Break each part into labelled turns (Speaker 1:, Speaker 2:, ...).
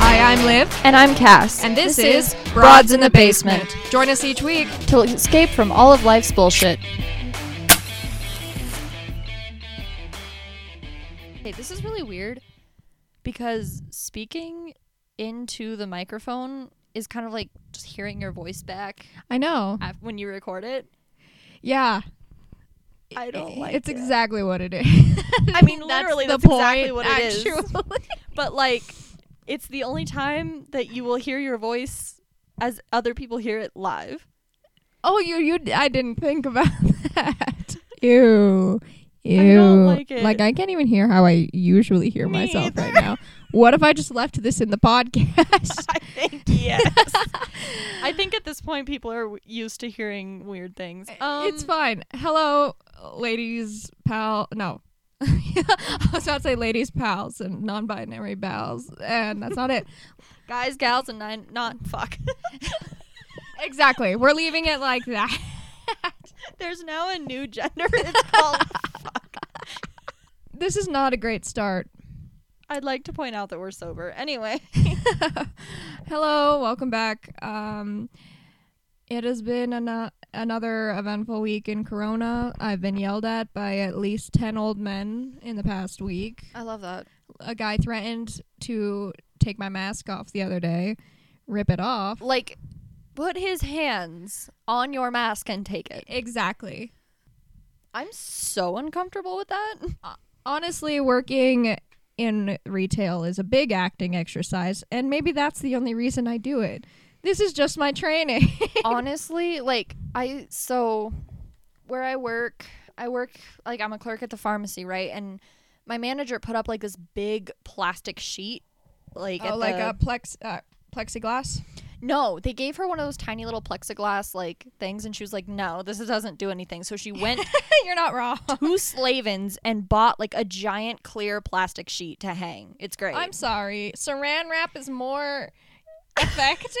Speaker 1: Viv,
Speaker 2: And I'm Cass.
Speaker 1: and this, is Broads in the Basement. Join us each week.
Speaker 2: To escape from all of life's bullshit. Hey, this is really weird because speaking into the microphone is kind of like just hearing your voice back
Speaker 1: I know.
Speaker 2: af- when you record it.
Speaker 1: Yeah,
Speaker 2: I don't like
Speaker 1: it's
Speaker 2: it.
Speaker 1: exactly what it is.
Speaker 2: I mean, literally, that's,
Speaker 1: the
Speaker 2: exactly
Speaker 1: point,
Speaker 2: what it is.
Speaker 1: actually.
Speaker 2: But like, it's the only time that you will hear your voice as other people hear it live.
Speaker 1: Oh, you you I didn't think about that. Ew. Ew.
Speaker 2: I don't like it.
Speaker 1: I can't even hear how I usually hear
Speaker 2: Me
Speaker 1: myself
Speaker 2: either.
Speaker 1: right now. What if I just left this in the podcast?
Speaker 2: I think yes. I think at this point people are w- used to hearing weird things. Um,
Speaker 1: it's fine. Hello, ladies, pal. No. I was about to say ladies, pals, and non binary pals, and that's not it.
Speaker 2: guys, gals, and nine, not fuck.
Speaker 1: Exactly. We're leaving it like that.
Speaker 2: There's now a new gender. It's called.
Speaker 1: This is not a great start.
Speaker 2: I'd like to point out that we're sober. Anyway,
Speaker 1: Hello, welcome back. Um, it has been an- uh, another eventful week in Corona. I've been yelled at by at least 10 old men in the past week.
Speaker 2: I love that.
Speaker 1: A guy threatened to take my mask off the other day, rip it off.
Speaker 2: Like, put his hands on your mask and take it.
Speaker 1: Exactly.
Speaker 2: I'm so uncomfortable with that.
Speaker 1: Honestly, working in retail is a big acting exercise, and maybe that's the only reason I do it. This is just my training.
Speaker 2: honestly like i so where i work i work like i'm a clerk at the pharmacy right and my manager put up like this big plastic sheet like at
Speaker 1: oh, like
Speaker 2: the-
Speaker 1: a plex, uh, plexiglass?
Speaker 2: no they gave her one of those tiny little plexiglass like things and she was like no this doesn't do anything so she went
Speaker 1: You're not wrong.
Speaker 2: to slavens and bought like a giant clear plastic sheet to hang it's great
Speaker 1: I'm sorry. Saran wrap is more effective.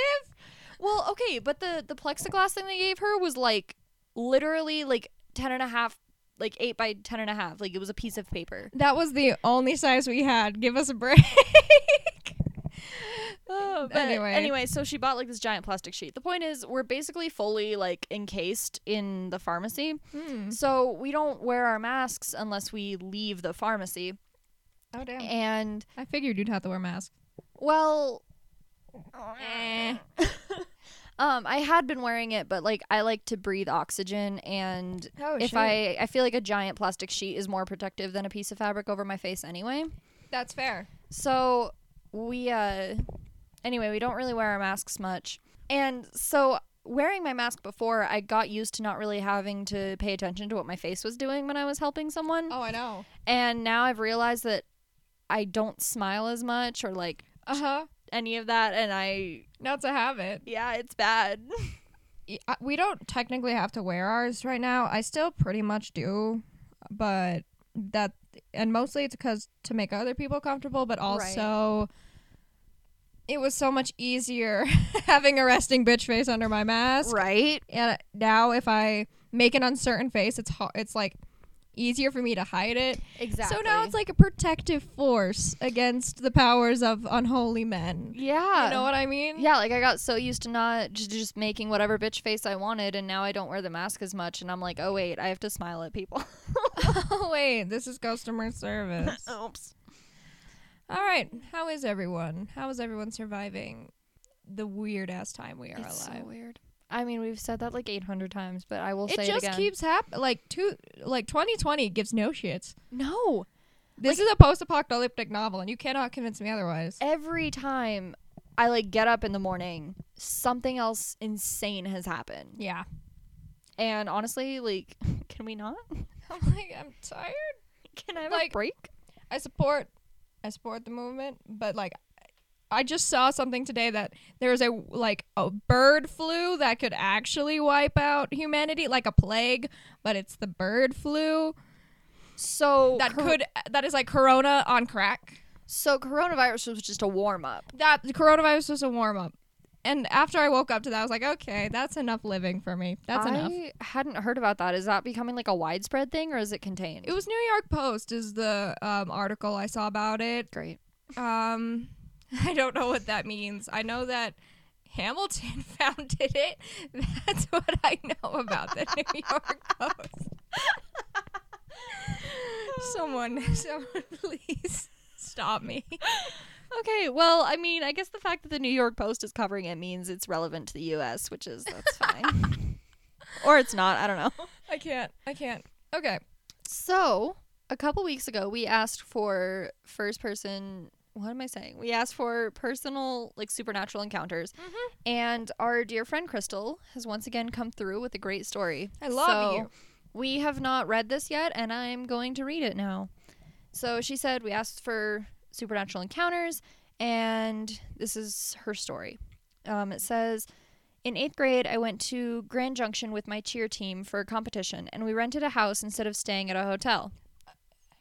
Speaker 2: Well, okay, but the the plexiglass thing they gave her was like literally like 10 and a half like 8 by 10 and a half. Like it was a piece of paper.
Speaker 1: that was the only size we had. Give us a break.
Speaker 2: Oh,
Speaker 1: but anyway.
Speaker 2: anyway, so she bought like this giant plastic sheet. The point is, we're basically fully like encased in the pharmacy.
Speaker 1: Hmm.
Speaker 2: So we don't wear our masks unless we leave the pharmacy.
Speaker 1: Oh
Speaker 2: Eh.
Speaker 1: damn!
Speaker 2: And
Speaker 1: I figured you'd have to wear a mask. Eh.
Speaker 2: well, um I had been wearing it, but like I like to breathe oxygen and
Speaker 1: Oh
Speaker 2: if I I feel like a giant plastic sheet is more protective than a piece of fabric over my face anyway.
Speaker 1: that's fair.
Speaker 2: So we uh anyway, we don't really wear our masks much. And so wearing my mask before, I got used to not really having to pay attention to what my face was doing when I was helping someone.
Speaker 1: Oh, I know.
Speaker 2: And now I've realized that I don't smile as much or like
Speaker 1: Uh huh.
Speaker 2: any of that and I
Speaker 1: Now it's a habit.
Speaker 2: yeah, it's bad.
Speaker 1: Y- I- We don't technically have to wear ours right now. I still pretty much do, but that and mostly it's because to make other people comfortable, but also. It was so much easier having a resting bitch face under my mask.
Speaker 2: right?
Speaker 1: and uh, now if I make an uncertain face, it's ho- it's like easier for me to hide it.
Speaker 2: Exactly.
Speaker 1: So now it's like a protective force against the powers of unholy men.
Speaker 2: yeah.
Speaker 1: You know what I mean?
Speaker 2: Yeah, like I got so used to not just, just making whatever bitch face I wanted, and now I don't wear the mask as much, and I'm like, oh wait, I have to smile at people.
Speaker 1: oh wait, this is customer service.
Speaker 2: Oops.
Speaker 1: All right, how is everyone? How is everyone surviving the weird ass time we are
Speaker 2: It's
Speaker 1: alive?
Speaker 2: so weird. I mean, we've said that like 800 times, but I will
Speaker 1: it
Speaker 2: say
Speaker 1: just
Speaker 2: it again.
Speaker 1: keeps happening. Like two, like 2020 gives no shits.
Speaker 2: no.
Speaker 1: This is a post-apocalyptic novel, and you cannot convince me otherwise.
Speaker 2: Every time I like get up in the morning, something else insane has happened.
Speaker 1: Yeah.
Speaker 2: And honestly, like, can we not?
Speaker 1: I'm like, I'm tired.
Speaker 2: Can I have
Speaker 1: Like-
Speaker 2: a break?
Speaker 1: I support I support the movement, but like I just saw something today that there is a like a bird flu that could actually wipe out humanity like a plague, but it's the bird flu
Speaker 2: So
Speaker 1: that
Speaker 2: cor-
Speaker 1: could that is like corona on crack.
Speaker 2: So coronavirus was just a warm up.
Speaker 1: That the coronavirus was a warm up. And after I woke up to that, I was like, okay, that's enough living for me. That's
Speaker 2: I
Speaker 1: enough.
Speaker 2: hadn't heard about that. Is that becoming like a widespread thing, or is it contained?
Speaker 1: It was New York Post is the um, article I saw about it.
Speaker 2: Great.
Speaker 1: Um, I don't know what that means. I know that Hamilton founded it. That's what I know about the New York Post. someone, someone, please stop me.
Speaker 2: Okay, well, I mean, I guess the fact that the New York Post is covering it means it's relevant to the U.S., which is that's fine. or it's not. I don't know.
Speaker 1: I can't. I can't. Okay.
Speaker 2: So a couple weeks ago, we asked for first person. What am I saying? We asked for personal, like supernatural encounters,
Speaker 1: Mm-hmm.
Speaker 2: and our dear friend Crystal has once again come through with a great story.
Speaker 1: I love you.
Speaker 2: We have not read this yet, and I'm going to read it now. So she said we asked for supernatural encounters, and this is her story. Um, it says, in eighth grade, I went to Grand Junction with my cheer team for a competition, and we rented a house instead of staying at a hotel.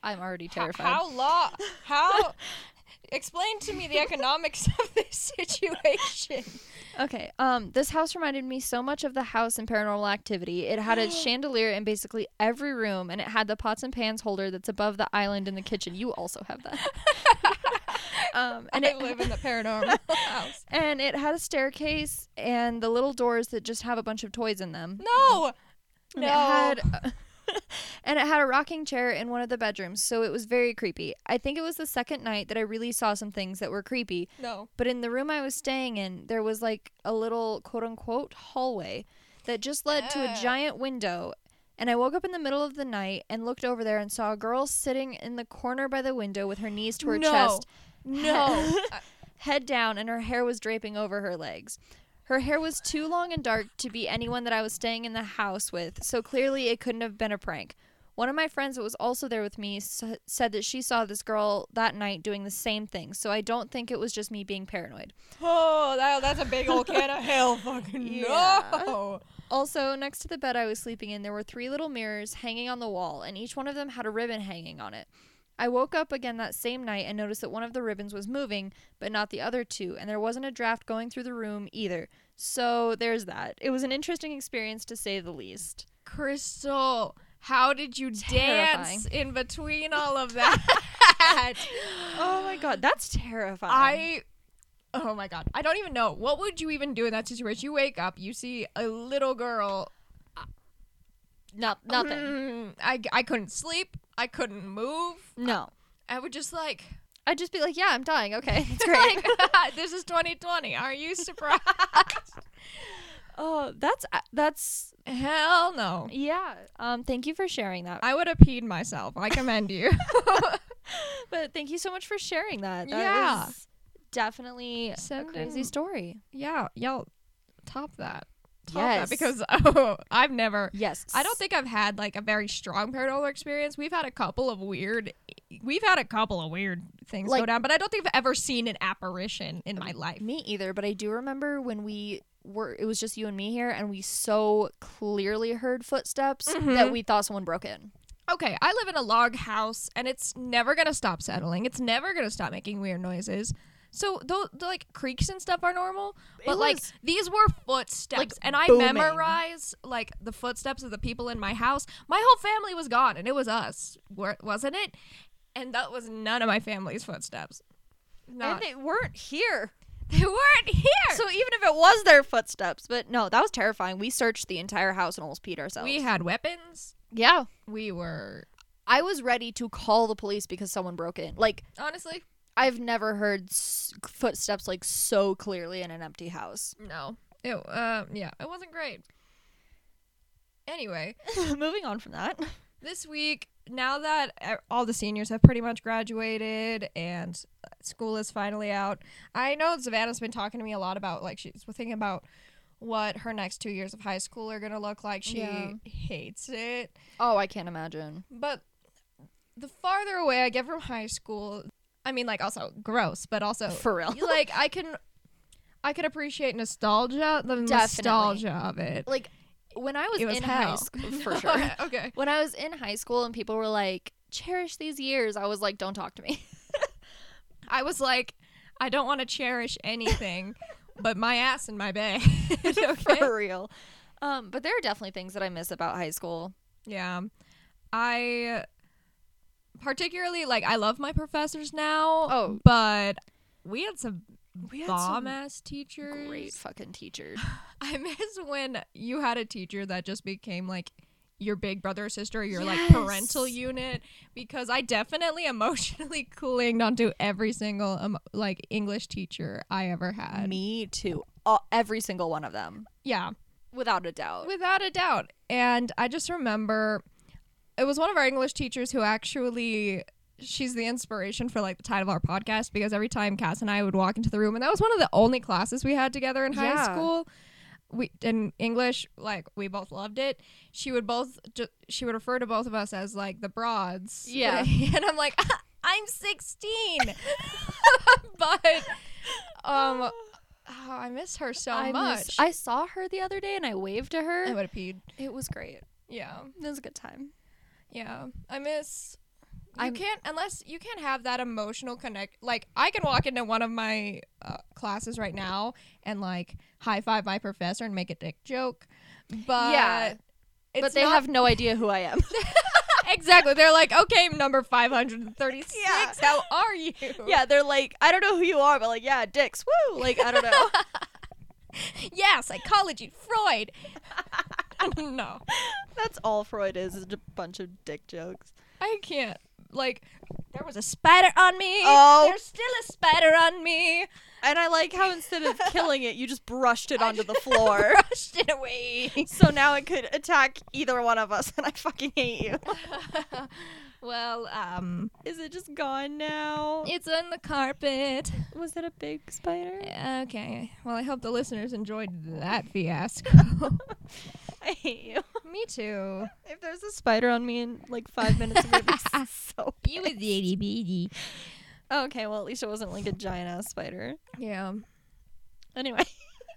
Speaker 2: I'm already terrified.
Speaker 1: How law? How? Explain to me the economics of this situation.
Speaker 2: Okay. Um, this house reminded me so much of the house in Paranormal Activity. It had a chandelier in basically every room, and it had the pots and pans holder that's above the island in the kitchen. You also have that. um, and
Speaker 1: I
Speaker 2: it,
Speaker 1: live in the paranormal house.
Speaker 2: and it had a staircase and the little doors that just have a bunch of toys in them.
Speaker 1: No.
Speaker 2: And
Speaker 1: no.
Speaker 2: it had uh, and it had a rocking chair in one of the bedrooms, so it was very creepy. I think it was the second night that I really saw some things that were creepy.
Speaker 1: no.
Speaker 2: But in the room I was staying in, there was like a little quote unquote hallway that just led to a
Speaker 1: Ugh.
Speaker 2: giant window. And I woke up in the middle of the night and looked over there and saw a girl sitting in the corner by the window with her knees to her
Speaker 1: No.
Speaker 2: chest,
Speaker 1: No. I-
Speaker 2: head down, and her hair was draping over her legs. Her hair was too long and dark to be anyone that I was staying in the house with, so clearly it couldn't have been a prank. One of my friends that was also there with me s- said that she saw this girl that night doing the same thing, so I don't think it was just me being paranoid.
Speaker 1: oh, that, that's a big old can of hell. Fucking
Speaker 2: Yeah.
Speaker 1: no.
Speaker 2: Also, next to the bed I was sleeping in, there were three little mirrors hanging on the wall, and each one of them had a ribbon hanging on it. I woke up again that same night and noticed that one of the ribbons was moving, but not the other two, and there wasn't a draft going through the room either. So there's that. It was an interesting experience to say the least.
Speaker 1: Crystal, how did you
Speaker 2: Terrifying.
Speaker 1: dance in between all of that?
Speaker 2: Oh my god, that's terrifying.
Speaker 1: I Oh my god. I don't even know. What would you even do in that situation? You wake up, you see a little girl.
Speaker 2: no nothing.
Speaker 1: Mm, I I couldn't sleep. I couldn't move.
Speaker 2: No.
Speaker 1: I would just like
Speaker 2: I'd just be like, yeah, I'm dying. Okay, it's great.
Speaker 1: like, this is 2020. Are you surprised?
Speaker 2: oh, that's that's
Speaker 1: Hell no.
Speaker 2: yeah. Um, thank you for sharing that.
Speaker 1: I would have peed myself. I commend you.
Speaker 2: But thank you so much for sharing that. That
Speaker 1: Yeah.
Speaker 2: is definitely
Speaker 1: Send
Speaker 2: a crazy
Speaker 1: in-
Speaker 2: story.
Speaker 1: yeah, y'all top that. Top
Speaker 2: Yes.
Speaker 1: that because oh, I've never
Speaker 2: Yes.
Speaker 1: I don't think I've had like a very strong paranormal experience. We've had a couple of weird, we've had a couple of weird things
Speaker 2: Like-
Speaker 1: go down, but I don't think I've ever seen an apparition in my life.
Speaker 2: me either, but I do remember when we were it was just you and me here and we so clearly heard footsteps that
Speaker 1: Mhm.
Speaker 2: we thought someone broke in.
Speaker 1: Okay, I live in a log house, and it's never gonna stop settling. It's never gonna stop making weird noises. So though, the, like creaks and stuff are normal, but like
Speaker 2: was-
Speaker 1: these were footsteps,
Speaker 2: Like,
Speaker 1: and I
Speaker 2: booming.
Speaker 1: memorize like the footsteps of the people in my house. My whole family was gone, and it was us, wa- wasn't it? And that was none of my family's footsteps. Not,
Speaker 2: they weren't here.
Speaker 1: they weren't here.
Speaker 2: So even if it was their footsteps, but no, that was terrifying. We searched the entire house and almost peed ourselves.
Speaker 1: We had weapons.
Speaker 2: yeah.
Speaker 1: We were
Speaker 2: I was ready to call the police because someone broke in. Like
Speaker 1: honestly
Speaker 2: I've never heard s- footsteps like so clearly in an empty house.
Speaker 1: no. It um yeah, it wasn't great. Anyway,
Speaker 2: Moving on from that.
Speaker 1: this week now that uh, all the seniors have pretty much graduated and uh, school is finally out, I know Savannah's been talking to me a lot about like she's thinking about what her next two years of high school are gonna look like. She
Speaker 2: Yeah.
Speaker 1: hates it,
Speaker 2: Oh, I can't imagine.
Speaker 1: but the farther away I get from high school, I mean, like also gross, but also
Speaker 2: Uh, For real.
Speaker 1: like I can I can appreciate nostalgia, the nostalgia of it.
Speaker 2: Like when I was,
Speaker 1: It was
Speaker 2: in high
Speaker 1: hell.
Speaker 2: school for sure.
Speaker 1: okay.
Speaker 2: When I was in high school and people were like, "Cherish these years," I was like, "Don't talk to me."
Speaker 1: I was like, I don't want to cherish anything but my ass in my bed. okay.
Speaker 2: for real. Um, but there are definitely things that I miss about high school.
Speaker 1: Yeah. I particularly like I love my professors now.
Speaker 2: Oh.
Speaker 1: But we had some
Speaker 2: We had some
Speaker 1: bomb ass teachers.
Speaker 2: great fucking teacher.
Speaker 1: I miss when you had a teacher that just became like your big brother or sister, or your like
Speaker 2: Yes.
Speaker 1: parental unit, because I definitely emotionally clinged onto every single um, like English teacher I ever had.
Speaker 2: Me too. All, every single one of them,
Speaker 1: Yeah,
Speaker 2: without a doubt.
Speaker 1: without a doubt. And I just remember it was one of our English teachers who actually she's the inspiration for like the title of our podcast because every time Cass and I would walk into the room and that was one of the only classes we had together in high
Speaker 2: Yeah.
Speaker 1: school. We in English, like we both loved it. She would both ju- she would refer to both of us as like the broads.
Speaker 2: Yeah.
Speaker 1: and I'm like, "Ah, I'm 16, but um, oh, I miss her so
Speaker 2: I
Speaker 1: much.
Speaker 2: miss- I saw her the other day and I waved to
Speaker 1: I
Speaker 2: her.
Speaker 1: would have peed.
Speaker 2: It was great.
Speaker 1: Yeah.
Speaker 2: It was a good time.
Speaker 1: Yeah, I miss. You
Speaker 2: I'm-
Speaker 1: can't unless you can't have that emotional connect. Like I can walk into one of my uh, classes right now and like high five my professor and make a dick joke, but
Speaker 2: Yeah.
Speaker 1: it's
Speaker 2: but they
Speaker 1: not-
Speaker 2: have no idea who I am.
Speaker 1: exactly. They're like, okay, number five hundred and thirty six.
Speaker 2: Yeah.
Speaker 1: How are you?
Speaker 2: yeah, they're like, I don't know who you are, but like, yeah, dicks, woo. Like, I don't know.
Speaker 1: yeah, psychology, Freud. no,
Speaker 2: That's all Freud is, is a bunch of dick jokes.
Speaker 1: I can't. Like there was a spider on me.
Speaker 2: Oh.
Speaker 1: there's still a spider on me.
Speaker 2: And I like how instead of killing it, you just brushed it
Speaker 1: I
Speaker 2: onto the
Speaker 1: just
Speaker 2: floor.
Speaker 1: brushed it away.
Speaker 2: so now it could attack either one of us, and I fucking hate you.
Speaker 1: well, um,
Speaker 2: Is it just gone now?
Speaker 1: it's on the carpet.
Speaker 2: Was it a big spider?
Speaker 1: Okay. Well, I hope the listeners enjoyed that fiasco.
Speaker 2: I hate you.
Speaker 1: Me too.
Speaker 2: If there's a spider on me in like five minutes, I'm gonna be so.
Speaker 1: You was itty bitty.
Speaker 2: Okay, well at least it wasn't like a giant ass spider.
Speaker 1: Yeah.
Speaker 2: Anyway,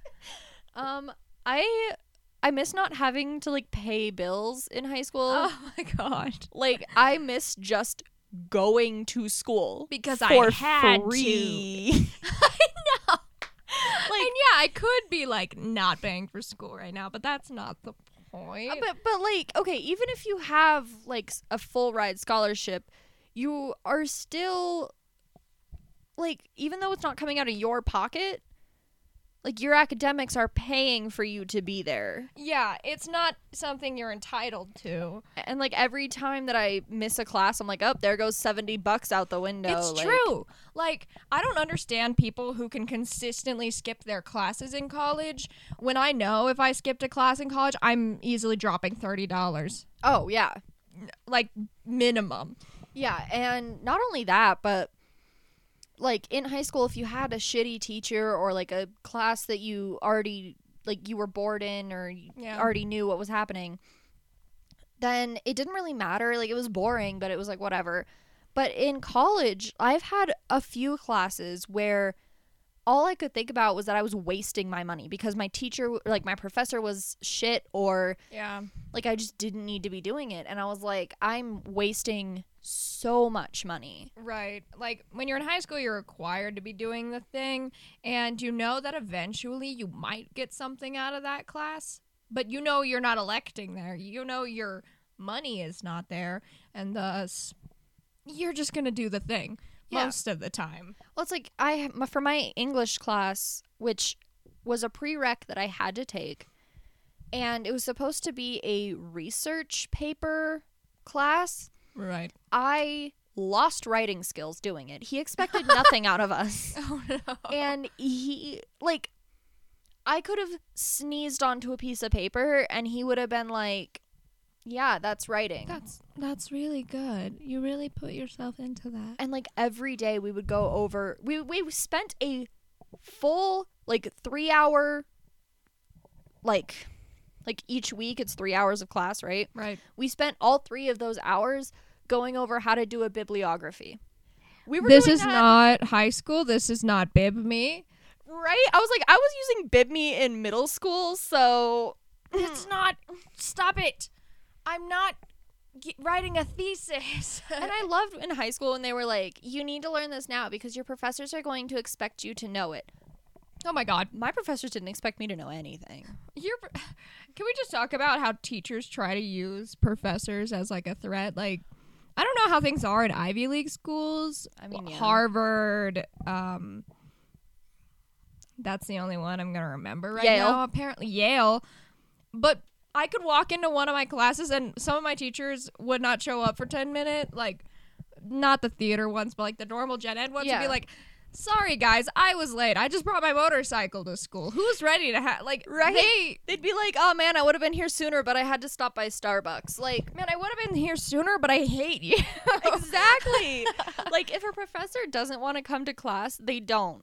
Speaker 2: um, I I miss not having to like pay bills in high school.
Speaker 1: Oh my god.
Speaker 2: Like I miss just going to school
Speaker 1: Because
Speaker 2: for
Speaker 1: I had
Speaker 2: free.
Speaker 1: to. Like, and yeah, I could be like not paying for school right now, but that's not the point.
Speaker 2: Uh, But but like okay, even if you have like s- a full ride scholarship, you are still like even though it's not coming out of your pocket, like your academics are paying for you to be there.
Speaker 1: yeah, it's not something you're entitled to.
Speaker 2: And like every time that I miss a class, I'm like, "Oh, there goes 70 bucks out the window."
Speaker 1: it's
Speaker 2: like-
Speaker 1: true. Like, I don't understand people who can consistently skip their classes in college when I know if I skipped a class in college, I'm easily dropping $30,
Speaker 2: Oh, yeah.
Speaker 1: like minimum.
Speaker 2: Yeah, and not only that, but like in high school if you had a shitty teacher or like a class that you already like you were bored in or you
Speaker 1: Yeah.
Speaker 2: already knew what was happening, then it didn't really matter. Like it was boring, but it was like whatever. But in college, I've had a few classes where all I could think about was that I was wasting my money because my teacher, like my professor, was shit or
Speaker 1: Yeah.
Speaker 2: like I just didn't need to be doing it. And I was like, I'm wasting so much money.
Speaker 1: Right. Like when you're in high school, you're required to be doing the thing, and you know that eventually you might get something out of that class, but you know you're not electing there. You know your money is not there, and thus you're just going to do the thing
Speaker 2: Yeah.
Speaker 1: most of the time.
Speaker 2: Well, it's like I my- for my English class, which was a prereq that I had to take, and it was supposed to be a research paper class.
Speaker 1: Right.
Speaker 2: I lost writing skills doing it. He expected nothing out of us.
Speaker 1: Oh no.
Speaker 2: and he like i could have sneezed onto a piece of paper and he would have been like yeah that's writing
Speaker 1: That's that's really good. You really put yourself into that.
Speaker 2: and like every day we would go over we we spent a full like 3 hour like like each week it's 3 hours of class right
Speaker 1: Right.
Speaker 2: we spent all 3 of those hours going over how to do a bibliography we were
Speaker 1: This
Speaker 2: doing
Speaker 1: is
Speaker 2: that-
Speaker 1: not high school. This is not bib me.
Speaker 2: right i was like i was using bibme in middle school so
Speaker 1: It's not. Stop it. I'm not g- writing a thesis.
Speaker 2: and I loved in high school when they were like, you need to learn this now because your professors are going to expect you to know it.
Speaker 1: oh my god.
Speaker 2: My professors didn't expect me to know anything.
Speaker 1: You're Can we just talk about how teachers try to use professors as like a threat? Like I don't know how things are in Ivy League schools,
Speaker 2: I mean, yeah.
Speaker 1: Harvard, um That's the only one I'm gonna remember right
Speaker 2: Yale.
Speaker 1: now. Apparently Yale, but I could walk into one of my classes and some of my teachers would not show up for ten minutes. Like, not the theater ones, but like the normal gen ed ones would
Speaker 2: Yeah.
Speaker 1: be like. Sorry guys, I was late. I just brought my motorcycle to school. Who's ready to have like
Speaker 2: Right.
Speaker 1: they
Speaker 2: They'd be like, "Oh man, I would have been here sooner, but I had to stop by Starbucks." Like,
Speaker 1: Man, I would have been here sooner, but I hate you.
Speaker 2: exactly. like if a professor doesn't want to come to class, they don't.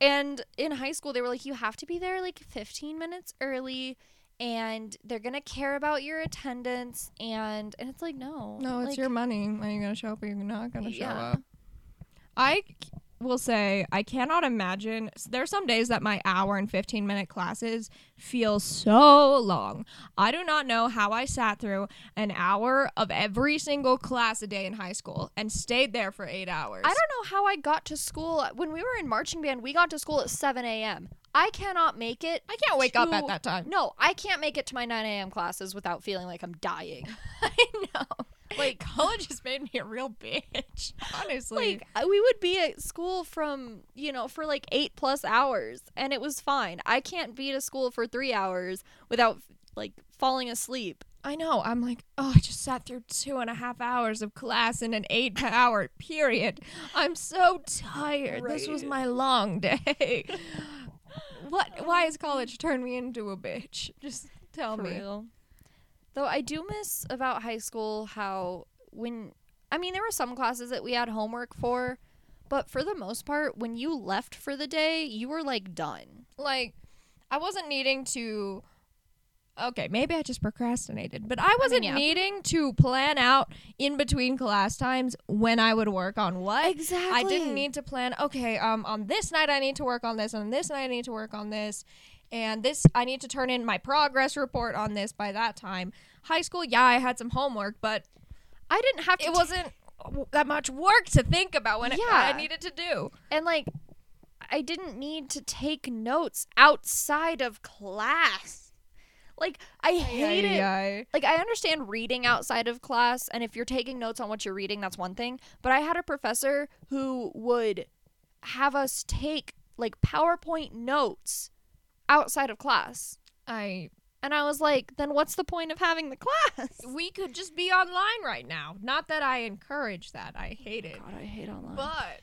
Speaker 2: And in high school, they were like, you have to be there like 15 minutes early, and they're gonna care about your attendance. And and it's like, no,
Speaker 1: No, it's
Speaker 2: Like,
Speaker 1: your money. Are you gonna show up or you're not gonna show
Speaker 2: Yeah.
Speaker 1: up? I c- will say I cannot imagine. There's some days that my hour and 15 minute classes feel so long. I do not know how I sat through an hour of every single class a day in high school and stayed there for eight hours.
Speaker 2: I don't know how I got to school when we were in marching band. We got to school at 7 a.m. I cannot make it.
Speaker 1: I can't wake up at
Speaker 2: to-
Speaker 1: that time.
Speaker 2: No, I can't make it to my 9 a.m. classes without feeling like I'm dying.
Speaker 1: I know. Like college has made me a real bitch. Honestly,
Speaker 2: like I- we would be at school from you know for like eight plus hours and it was fine i can't be to school for three hours without like falling asleep
Speaker 1: I know. I'm like, oh, I just sat through two and a half hours of class in an eight hour period. I'm so tired. This was
Speaker 2: Right.
Speaker 1: my long day. what? Why has college turned me into a bitch? Just tell Oh, me.
Speaker 2: real though i do miss about high school how when i mean there were some classes that we had homework for but for the most part when you left for the day you were like done
Speaker 1: Like, I wasn't needing to. Okay, maybe I just procrastinated, but I wasn't
Speaker 2: yeah.
Speaker 1: needing to plan out in between class times when I would work on what.
Speaker 2: exactly
Speaker 1: I didn't need to plan. Okay, um, on this night I need to work on this, and on this night I need to work on this, and this I need to turn in my progress report on this by that time. High school, yeah, I had some homework, but
Speaker 2: i didn't have to
Speaker 1: it wasn't that much work to think about when it, what
Speaker 2: Yeah.
Speaker 1: I needed to do.
Speaker 2: And like, I didn't need to take notes outside of class. Like, I hate it. Like, I understand reading outside of class, and if you're taking notes on what you're reading, that's one thing. But I had a professor who would have us take like PowerPoint notes outside of class.
Speaker 1: I
Speaker 2: And I was like, then what's the point of having the class?
Speaker 1: we could just be online right now. Not that I encourage that. I hate it.
Speaker 2: God, I hate online.
Speaker 1: But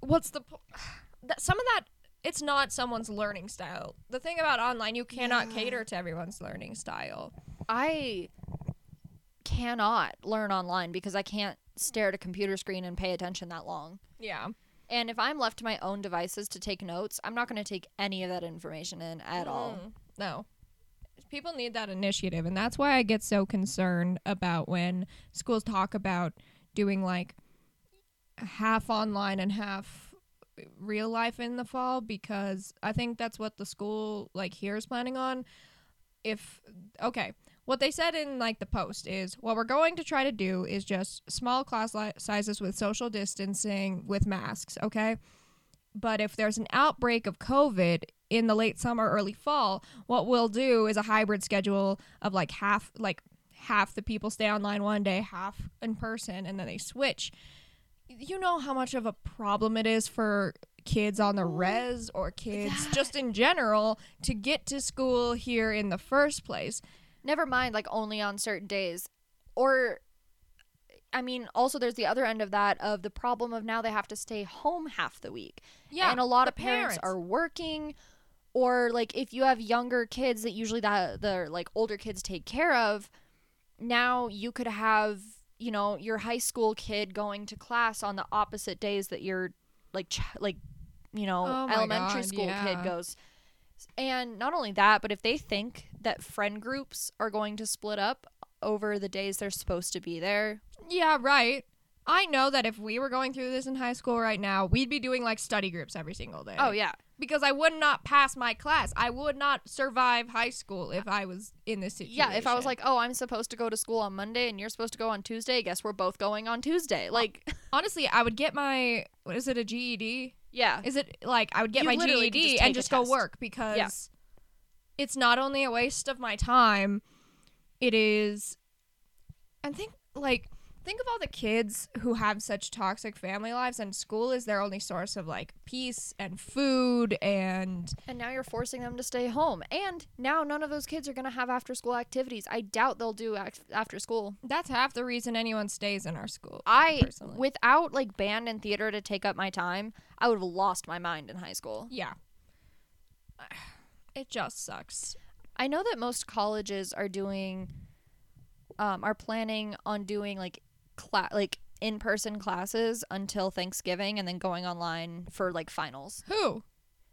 Speaker 1: what's the po- that some of that it's not someone's learning style. The thing about online, you cannot
Speaker 2: Yeah.
Speaker 1: cater to everyone's learning style.
Speaker 2: I cannot learn online because I can't stare at a computer screen and pay attention that long.
Speaker 1: Yeah.
Speaker 2: And if I'm left to my own devices to take notes, I'm not going to take any of that information in at all.
Speaker 1: Mm, No. People need that initiative and that's why I get so concerned about when schools talk about doing like half online and half real life in the fall because I think that's what the school like here is planning on. If okay, what they said in like the post is what we're going to try to do is just small class li- sizes with social distancing with masks, okay? But if there's an outbreak of COVID in the late summer, early fall, what we'll do is a hybrid schedule of like half like half the people stay online one day, half in person, and then they switch. You know how much of a problem it is for kids on the res or kids
Speaker 2: That-
Speaker 1: just in general to get to school here in the first place.
Speaker 2: Never mind, like only on certain days. Or, I mean, also there's the other end of that of the problem of now they have to stay home half the week. and a lot
Speaker 1: the
Speaker 2: of
Speaker 1: parents.
Speaker 2: parents, are working or like if you have younger kids that usually that the like older kids take care of now you could have you know your high school kid going to class on the opposite days that your like ch- like you know
Speaker 1: Oh my
Speaker 2: elementary
Speaker 1: God,
Speaker 2: school
Speaker 1: yeah.
Speaker 2: kid goes and not only that but if they think that friend groups are going to split up over the days they're supposed to be there
Speaker 1: Yeah, right. I know that if we were going through this in high school right now, we'd be doing like study groups every single day.
Speaker 2: oh yeah
Speaker 1: Because I would not pass my class. I would not survive high school if I was in this situation.
Speaker 2: Yeah, if I was like, oh, I'm supposed to go to school on Monday and you're supposed to go on Tuesday, guess we're both going on Tuesday. Like,
Speaker 1: honestly, I would get my what is it a GED?
Speaker 2: yeah.
Speaker 1: Is it like I would get
Speaker 2: You
Speaker 1: my
Speaker 2: literally could
Speaker 1: GED
Speaker 2: just
Speaker 1: and
Speaker 2: take a
Speaker 1: just go
Speaker 2: test.
Speaker 1: work because it's not only a waste of my time, it is I think like Think of all the kids who have such toxic family lives, and school is their only source of like peace and food and
Speaker 2: And now you're forcing them to stay home. And now none of those kids are going to have after school activities. I doubt they'll do act- after school.
Speaker 1: That's half the reason anyone stays in our school.
Speaker 2: I,
Speaker 1: Personally.
Speaker 2: without like band and theater to take up my time, I would have lost my mind in high school.
Speaker 1: Yeah. It just sucks.
Speaker 2: I know that most colleges are doing, um, are planning on doing like, cla- like in person classes until Thanksgiving and then going online for like finals.
Speaker 1: Who?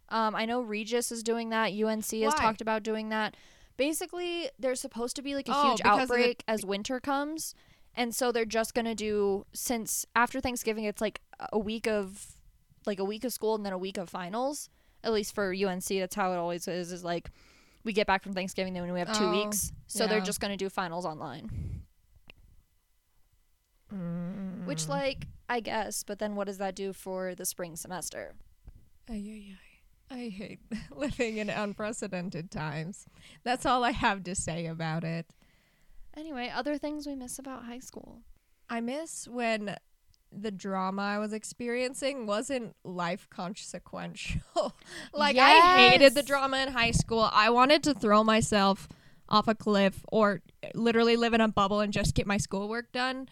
Speaker 2: Um, I know Regis is doing that. UNC has
Speaker 1: Why?
Speaker 2: talked about doing that. Basically, there's supposed to be like a
Speaker 1: Oh,
Speaker 2: huge
Speaker 1: because of the-
Speaker 2: outbreak as winter comes, and so they're just gonna do since after Thanksgiving, it's like a week of like a week of school and then a week of finals. At least for UNC, that's how it always is. Is like we get back from Thanksgiving, then we have two
Speaker 1: Oh,
Speaker 2: weeks, so they're
Speaker 1: yeah.
Speaker 2: just gonna do finals online. Which,
Speaker 1: like
Speaker 2: like, I guess, but then what does that do for the spring semester?
Speaker 1: I hate living in unprecedented times. That's all I have to say about it.
Speaker 2: Anyway, other things we miss about high school.
Speaker 1: I miss when the drama I was experiencing wasn't life consequential. like I hated the
Speaker 2: Yes.
Speaker 1: drama in high school. I wanted to throw myself off a cliff or literally live in a bubble and just get my schoolwork done.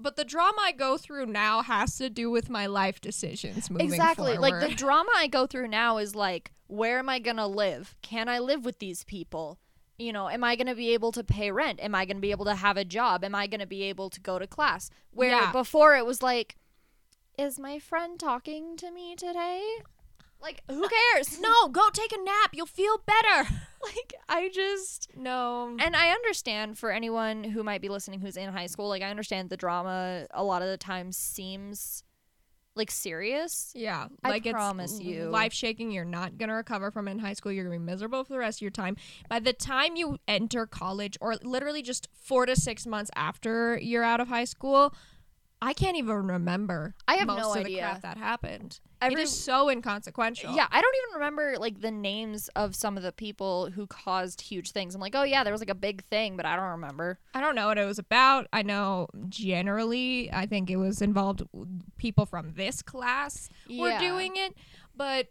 Speaker 1: But the drama I go through now has to do with my life decisions moving
Speaker 2: exactly
Speaker 1: forward.
Speaker 2: like the drama i go through now is like where am i gonna live can i live with these people you know am i gonna be able to pay rent am i gonna be able to have a job am i gonna be able to go to class where
Speaker 1: Yeah.
Speaker 2: before it was like is my friend talking to me today like who cares
Speaker 1: no, go take a nap. You'll feel better.
Speaker 2: like i just
Speaker 1: No.
Speaker 2: and I understand for anyone who might be listening who's in high school, like I understand the drama a lot of the times seems like serious.
Speaker 1: Yeah,
Speaker 2: I
Speaker 1: like
Speaker 2: promise
Speaker 1: it's
Speaker 2: you.
Speaker 1: life shaking. You're not gonna recover from it in high school. You're gonna be miserable for the rest of your time. By the time you enter college, or literally just four to six months after you're out of high school, I can't even remember.
Speaker 2: I have
Speaker 1: most
Speaker 2: no
Speaker 1: of
Speaker 2: idea.
Speaker 1: the crap that happened.
Speaker 2: Every-
Speaker 1: it is so inconsequential.
Speaker 2: Yeah, I don't even remember like the names of some of the people who caused huge things. I'm like, oh yeah, there was like a big thing, but I don't remember.
Speaker 1: I don't know what it was about. I know generally, I think it was involved people from this class were
Speaker 2: Yeah.
Speaker 1: doing it, but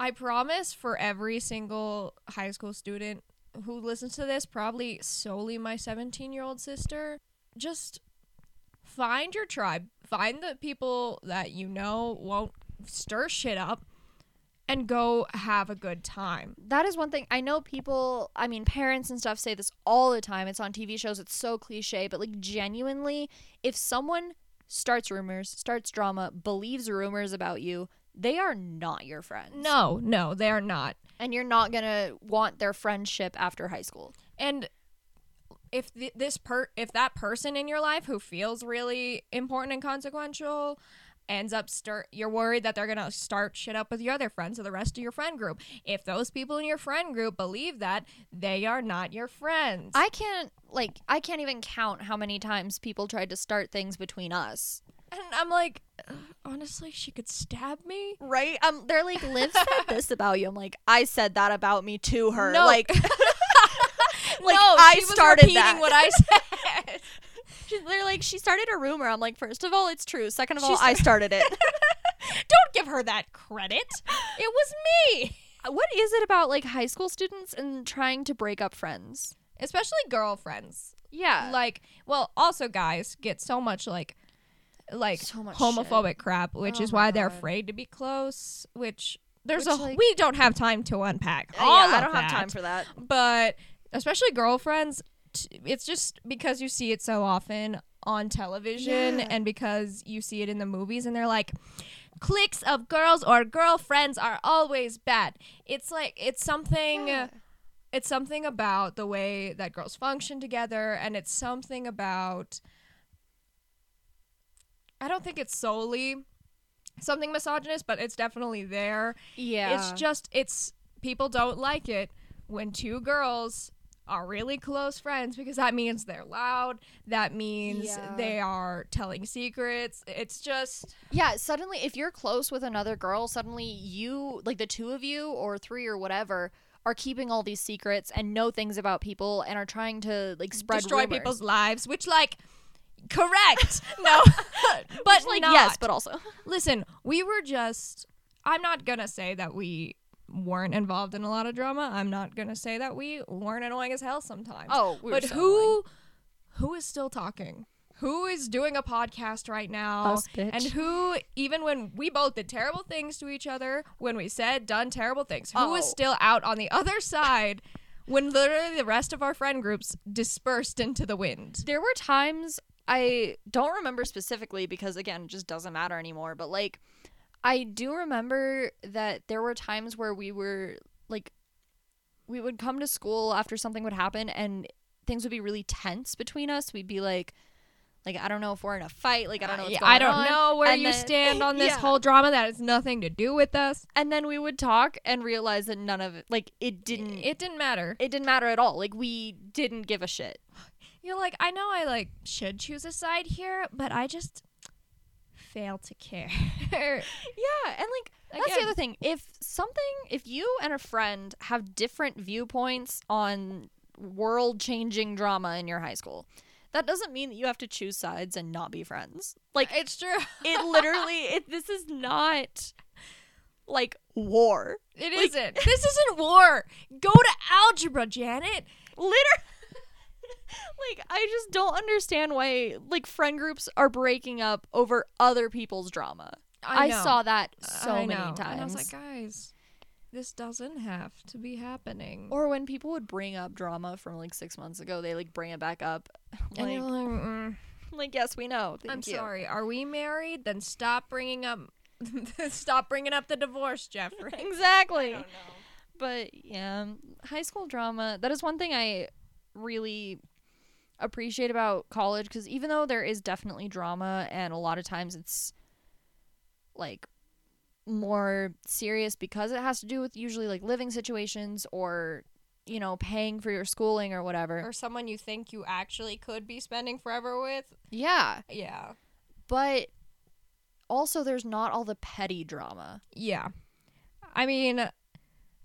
Speaker 1: I promise for every single high school student who listens to this, probably solely my 17 year old sister, just find your tribe, find the people that you know won't stir shit up, and go have a good time.
Speaker 2: That is one thing. I know people, I mean, parents and stuff say this all the time. It's on TV shows, it's so cliche, but like genuinely, if someone starts rumors, starts drama, believes rumors about you, they are not your friends.
Speaker 1: No, no, they are not.
Speaker 2: and you're not gonna want their friendship after high school.
Speaker 1: and if th- this per if that person in your life who feels really important and consequential ends up stir you're worried that they're gonna start shit up with your other friends or the rest of your friend group if those people in your friend group believe that they are not your friends
Speaker 2: I can't like I can't even count how many times people tried to start things between us.
Speaker 1: and i'm like "Ugh, honestly she could stab me
Speaker 2: Right? Um, they're like, Liv said this about you. I'm like, I said that about me to her.
Speaker 1: No.
Speaker 2: Like, like
Speaker 1: no
Speaker 2: I
Speaker 1: she was
Speaker 2: started
Speaker 1: repeating
Speaker 2: that.
Speaker 1: what i said
Speaker 2: She- they're like, she started a rumor. I'm like, first of all, it's true. Second of
Speaker 1: She
Speaker 2: all, I started it.
Speaker 1: don't give her that credit it was me
Speaker 2: Uh, what is it about like high school students and trying to break up friends?
Speaker 1: especially girlfriends
Speaker 2: Yeah.
Speaker 1: like well also guys get so much like like
Speaker 2: So much
Speaker 1: homophobic crap which
Speaker 2: Oh
Speaker 1: is
Speaker 2: my
Speaker 1: why they're
Speaker 2: God.
Speaker 1: afraid to be close which there's
Speaker 2: Which,
Speaker 1: a
Speaker 2: like-
Speaker 1: we don't have time to unpack
Speaker 2: Uh,
Speaker 1: all
Speaker 2: yeah,
Speaker 1: of
Speaker 2: I don't have
Speaker 1: that.
Speaker 2: time for that.
Speaker 1: but especially girlfriends t- it's just because you see it so often on television
Speaker 2: Yeah.
Speaker 1: and because you see it in the movies and they're like cliques of girls or girlfriends are always bad it's like it's something
Speaker 2: Yeah.
Speaker 1: it's something about the way that girls function together and it's something about i don't think it's solely something misogynist but it's definitely there
Speaker 2: Yeah.
Speaker 1: it's just it's people don't like it when two girls are really close friends because that means they're loud that means
Speaker 2: Yeah.
Speaker 1: they are telling secrets it's just
Speaker 2: Yeah, suddenly if you're close with another girl, suddenly you like the two of you or three or whatever are keeping all these secrets and know things about people and are trying to like spread
Speaker 1: destroy
Speaker 2: rumors.
Speaker 1: people's lives which like Correct. no.
Speaker 2: But
Speaker 1: but like
Speaker 2: yes,
Speaker 1: yes,
Speaker 2: but also
Speaker 1: Listen, we were just. I'm not gonna say that we weren't involved in a lot of drama. I'm not gonna say that we weren't annoying as hell sometimes.
Speaker 2: oh, we were
Speaker 1: but
Speaker 2: so
Speaker 1: who, who is still talking? Who is doing a podcast right now?
Speaker 2: Us, bitch.
Speaker 1: And who, even when we both did terrible things to each other, when we said done terrible things, who was
Speaker 2: Oh.
Speaker 1: still out on the other side? When literally the rest of our friend groups dispersed into the wind.
Speaker 2: there were times I don't remember specifically because again, it just doesn't matter anymore, but like I do remember that there were times where we were like we would come to school after something would happen and things would be really tense between us. We'd be like like I don't know if we're in a fight, like I don't know what's
Speaker 1: Uh, Yeah,
Speaker 2: going
Speaker 1: I don't
Speaker 2: on.
Speaker 1: know where
Speaker 2: And
Speaker 1: you
Speaker 2: then-
Speaker 1: stand on this
Speaker 2: Yeah.
Speaker 1: whole drama. That has nothing to do with us.
Speaker 2: And then we would talk and realize that none of it like it didn't it,
Speaker 1: It didn't matter.
Speaker 2: it didn't matter at all. Like we didn't give a shit.
Speaker 1: You're like, I know I like should choose a side here, but I just fail to care.
Speaker 2: Yeah, and like That's the
Speaker 1: Again.
Speaker 2: other thing. If something, if you and a friend have different viewpoints on world changing drama in your high school, that doesn't mean that you have to choose sides and not be friends. Like,
Speaker 1: it's true.
Speaker 2: it literally, it, this is not like war.
Speaker 1: It
Speaker 2: Like-
Speaker 1: not This isn't war. Go to algebra, Janet.
Speaker 2: Literally. Like I just don't understand why like friend groups are breaking up over other people's drama. I,
Speaker 1: know.
Speaker 2: saw that so
Speaker 1: I
Speaker 2: many
Speaker 1: know.
Speaker 2: times.
Speaker 1: And I was like, guys, this doesn't have to be happening.
Speaker 2: Or when people would bring up drama from like six months ago, they like bring it back up.
Speaker 1: and
Speaker 2: Like,
Speaker 1: you're like, mm,
Speaker 2: like, yes, we know.
Speaker 1: I'm
Speaker 2: Thank you."
Speaker 1: sorry. Are we married? Then stop bringing up. stop bringing up the divorce, Jeffrey.
Speaker 2: Exactly. But yeah, high school drama. That is one thing I really appreciate about college because even though there is definitely drama and a lot of times it's like more serious because it has to do with usually like living situations or you know paying for your schooling or whatever.
Speaker 1: Or someone you think you actually could be spending forever with.
Speaker 2: Yeah.
Speaker 1: Yeah.
Speaker 2: but also there's not all the petty drama.
Speaker 1: Yeah. I mean,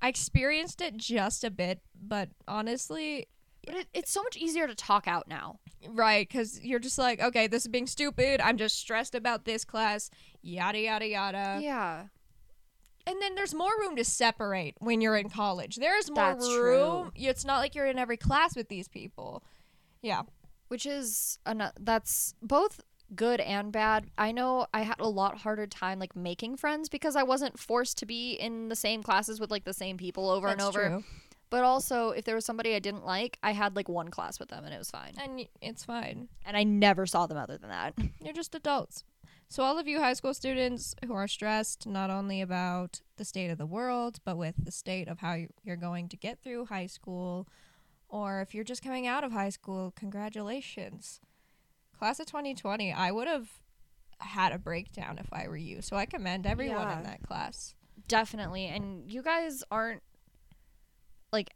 Speaker 1: I experienced it just a bit, but honestly,
Speaker 2: But it, it's so much easier to talk out now.
Speaker 1: right, because you're just like, okay, this is being stupid. I'm just stressed about this class, yada, yada, yada.
Speaker 2: yeah,
Speaker 1: And then there's more room to separate when you're in college. There's more
Speaker 2: That's
Speaker 1: room. It's not like you're in every class with these people. Yeah.
Speaker 2: which is an, that's both good and bad. I know I had a lot harder time like making friends because I wasn't forced to be in the same classes with like the same people over and
Speaker 1: that's
Speaker 2: over.
Speaker 1: true.
Speaker 2: But also, if there was somebody I didn't like, I had like one class with them and it was fine.
Speaker 1: And y- it's fine.
Speaker 2: And I never saw them other than that.
Speaker 1: You're just adults. So, all of you high school students who are stressed not only about the state of the world, but with the state of how you- you're going to get through high school, or if you're just coming out of high school, congratulations. Class of 2020, I would have had a breakdown if I were you. So, I commend everyone
Speaker 2: Yeah.
Speaker 1: in that class.
Speaker 2: Definitely. And you guys aren't like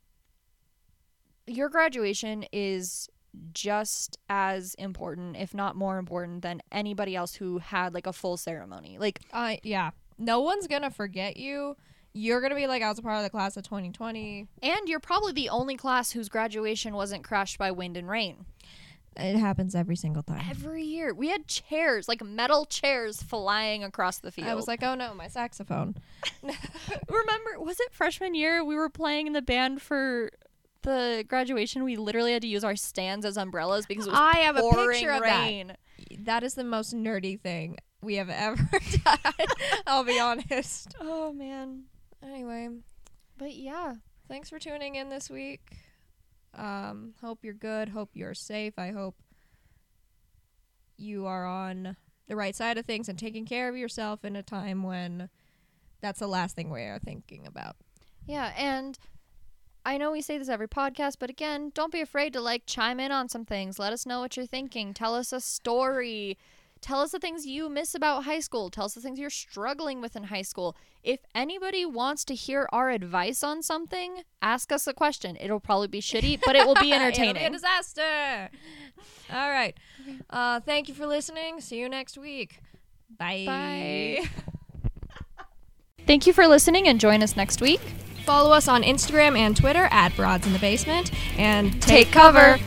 Speaker 2: your graduation is just as important, if not more important, than anybody else who had like a full ceremony. Like,
Speaker 1: Uh, yeah. No one's going to forget you. You're going to be like, I was a part of the class of 2020.
Speaker 2: and you're probably the only class whose graduation wasn't crashed by wind and rain.
Speaker 1: It happens every single time.
Speaker 2: Every year, we had chairs, like metal chairs, flying across the field.
Speaker 1: I was like, oh no, my saxophone.
Speaker 2: remember, was it freshman year we were playing in the band for the graduation? We literally had to use our stands as umbrellas because it was
Speaker 1: I have a
Speaker 2: pouring
Speaker 1: picture of that.
Speaker 2: rain.
Speaker 1: That is the most nerdy thing we have ever done. I'll be honest.
Speaker 2: Oh man.
Speaker 1: Anyway,
Speaker 2: But yeah.
Speaker 1: thanks for tuning in this week. Um, hope you're good. Hope you're safe. I hope you are on the right side of things and taking care of yourself in a time when that's the last thing we are thinking about.
Speaker 2: Yeah, and I know we say this every podcast, but again, don't be afraid to like chime in on some things. Let us know what you're thinking. Tell us a story. Tell us the things you miss about high school. Tell us the things you're struggling with in high school. If anybody wants to hear our advice on something, ask us a question. It'll probably be shitty, but it will be entertaining.
Speaker 1: It'll be a disaster. All right. Uh, thank you for listening. See you next week. Bye.
Speaker 2: Bye. Thank you for listening and join us next week.
Speaker 1: Follow us on Instagram and Twitter at Broads in the Basement and
Speaker 2: Take cover.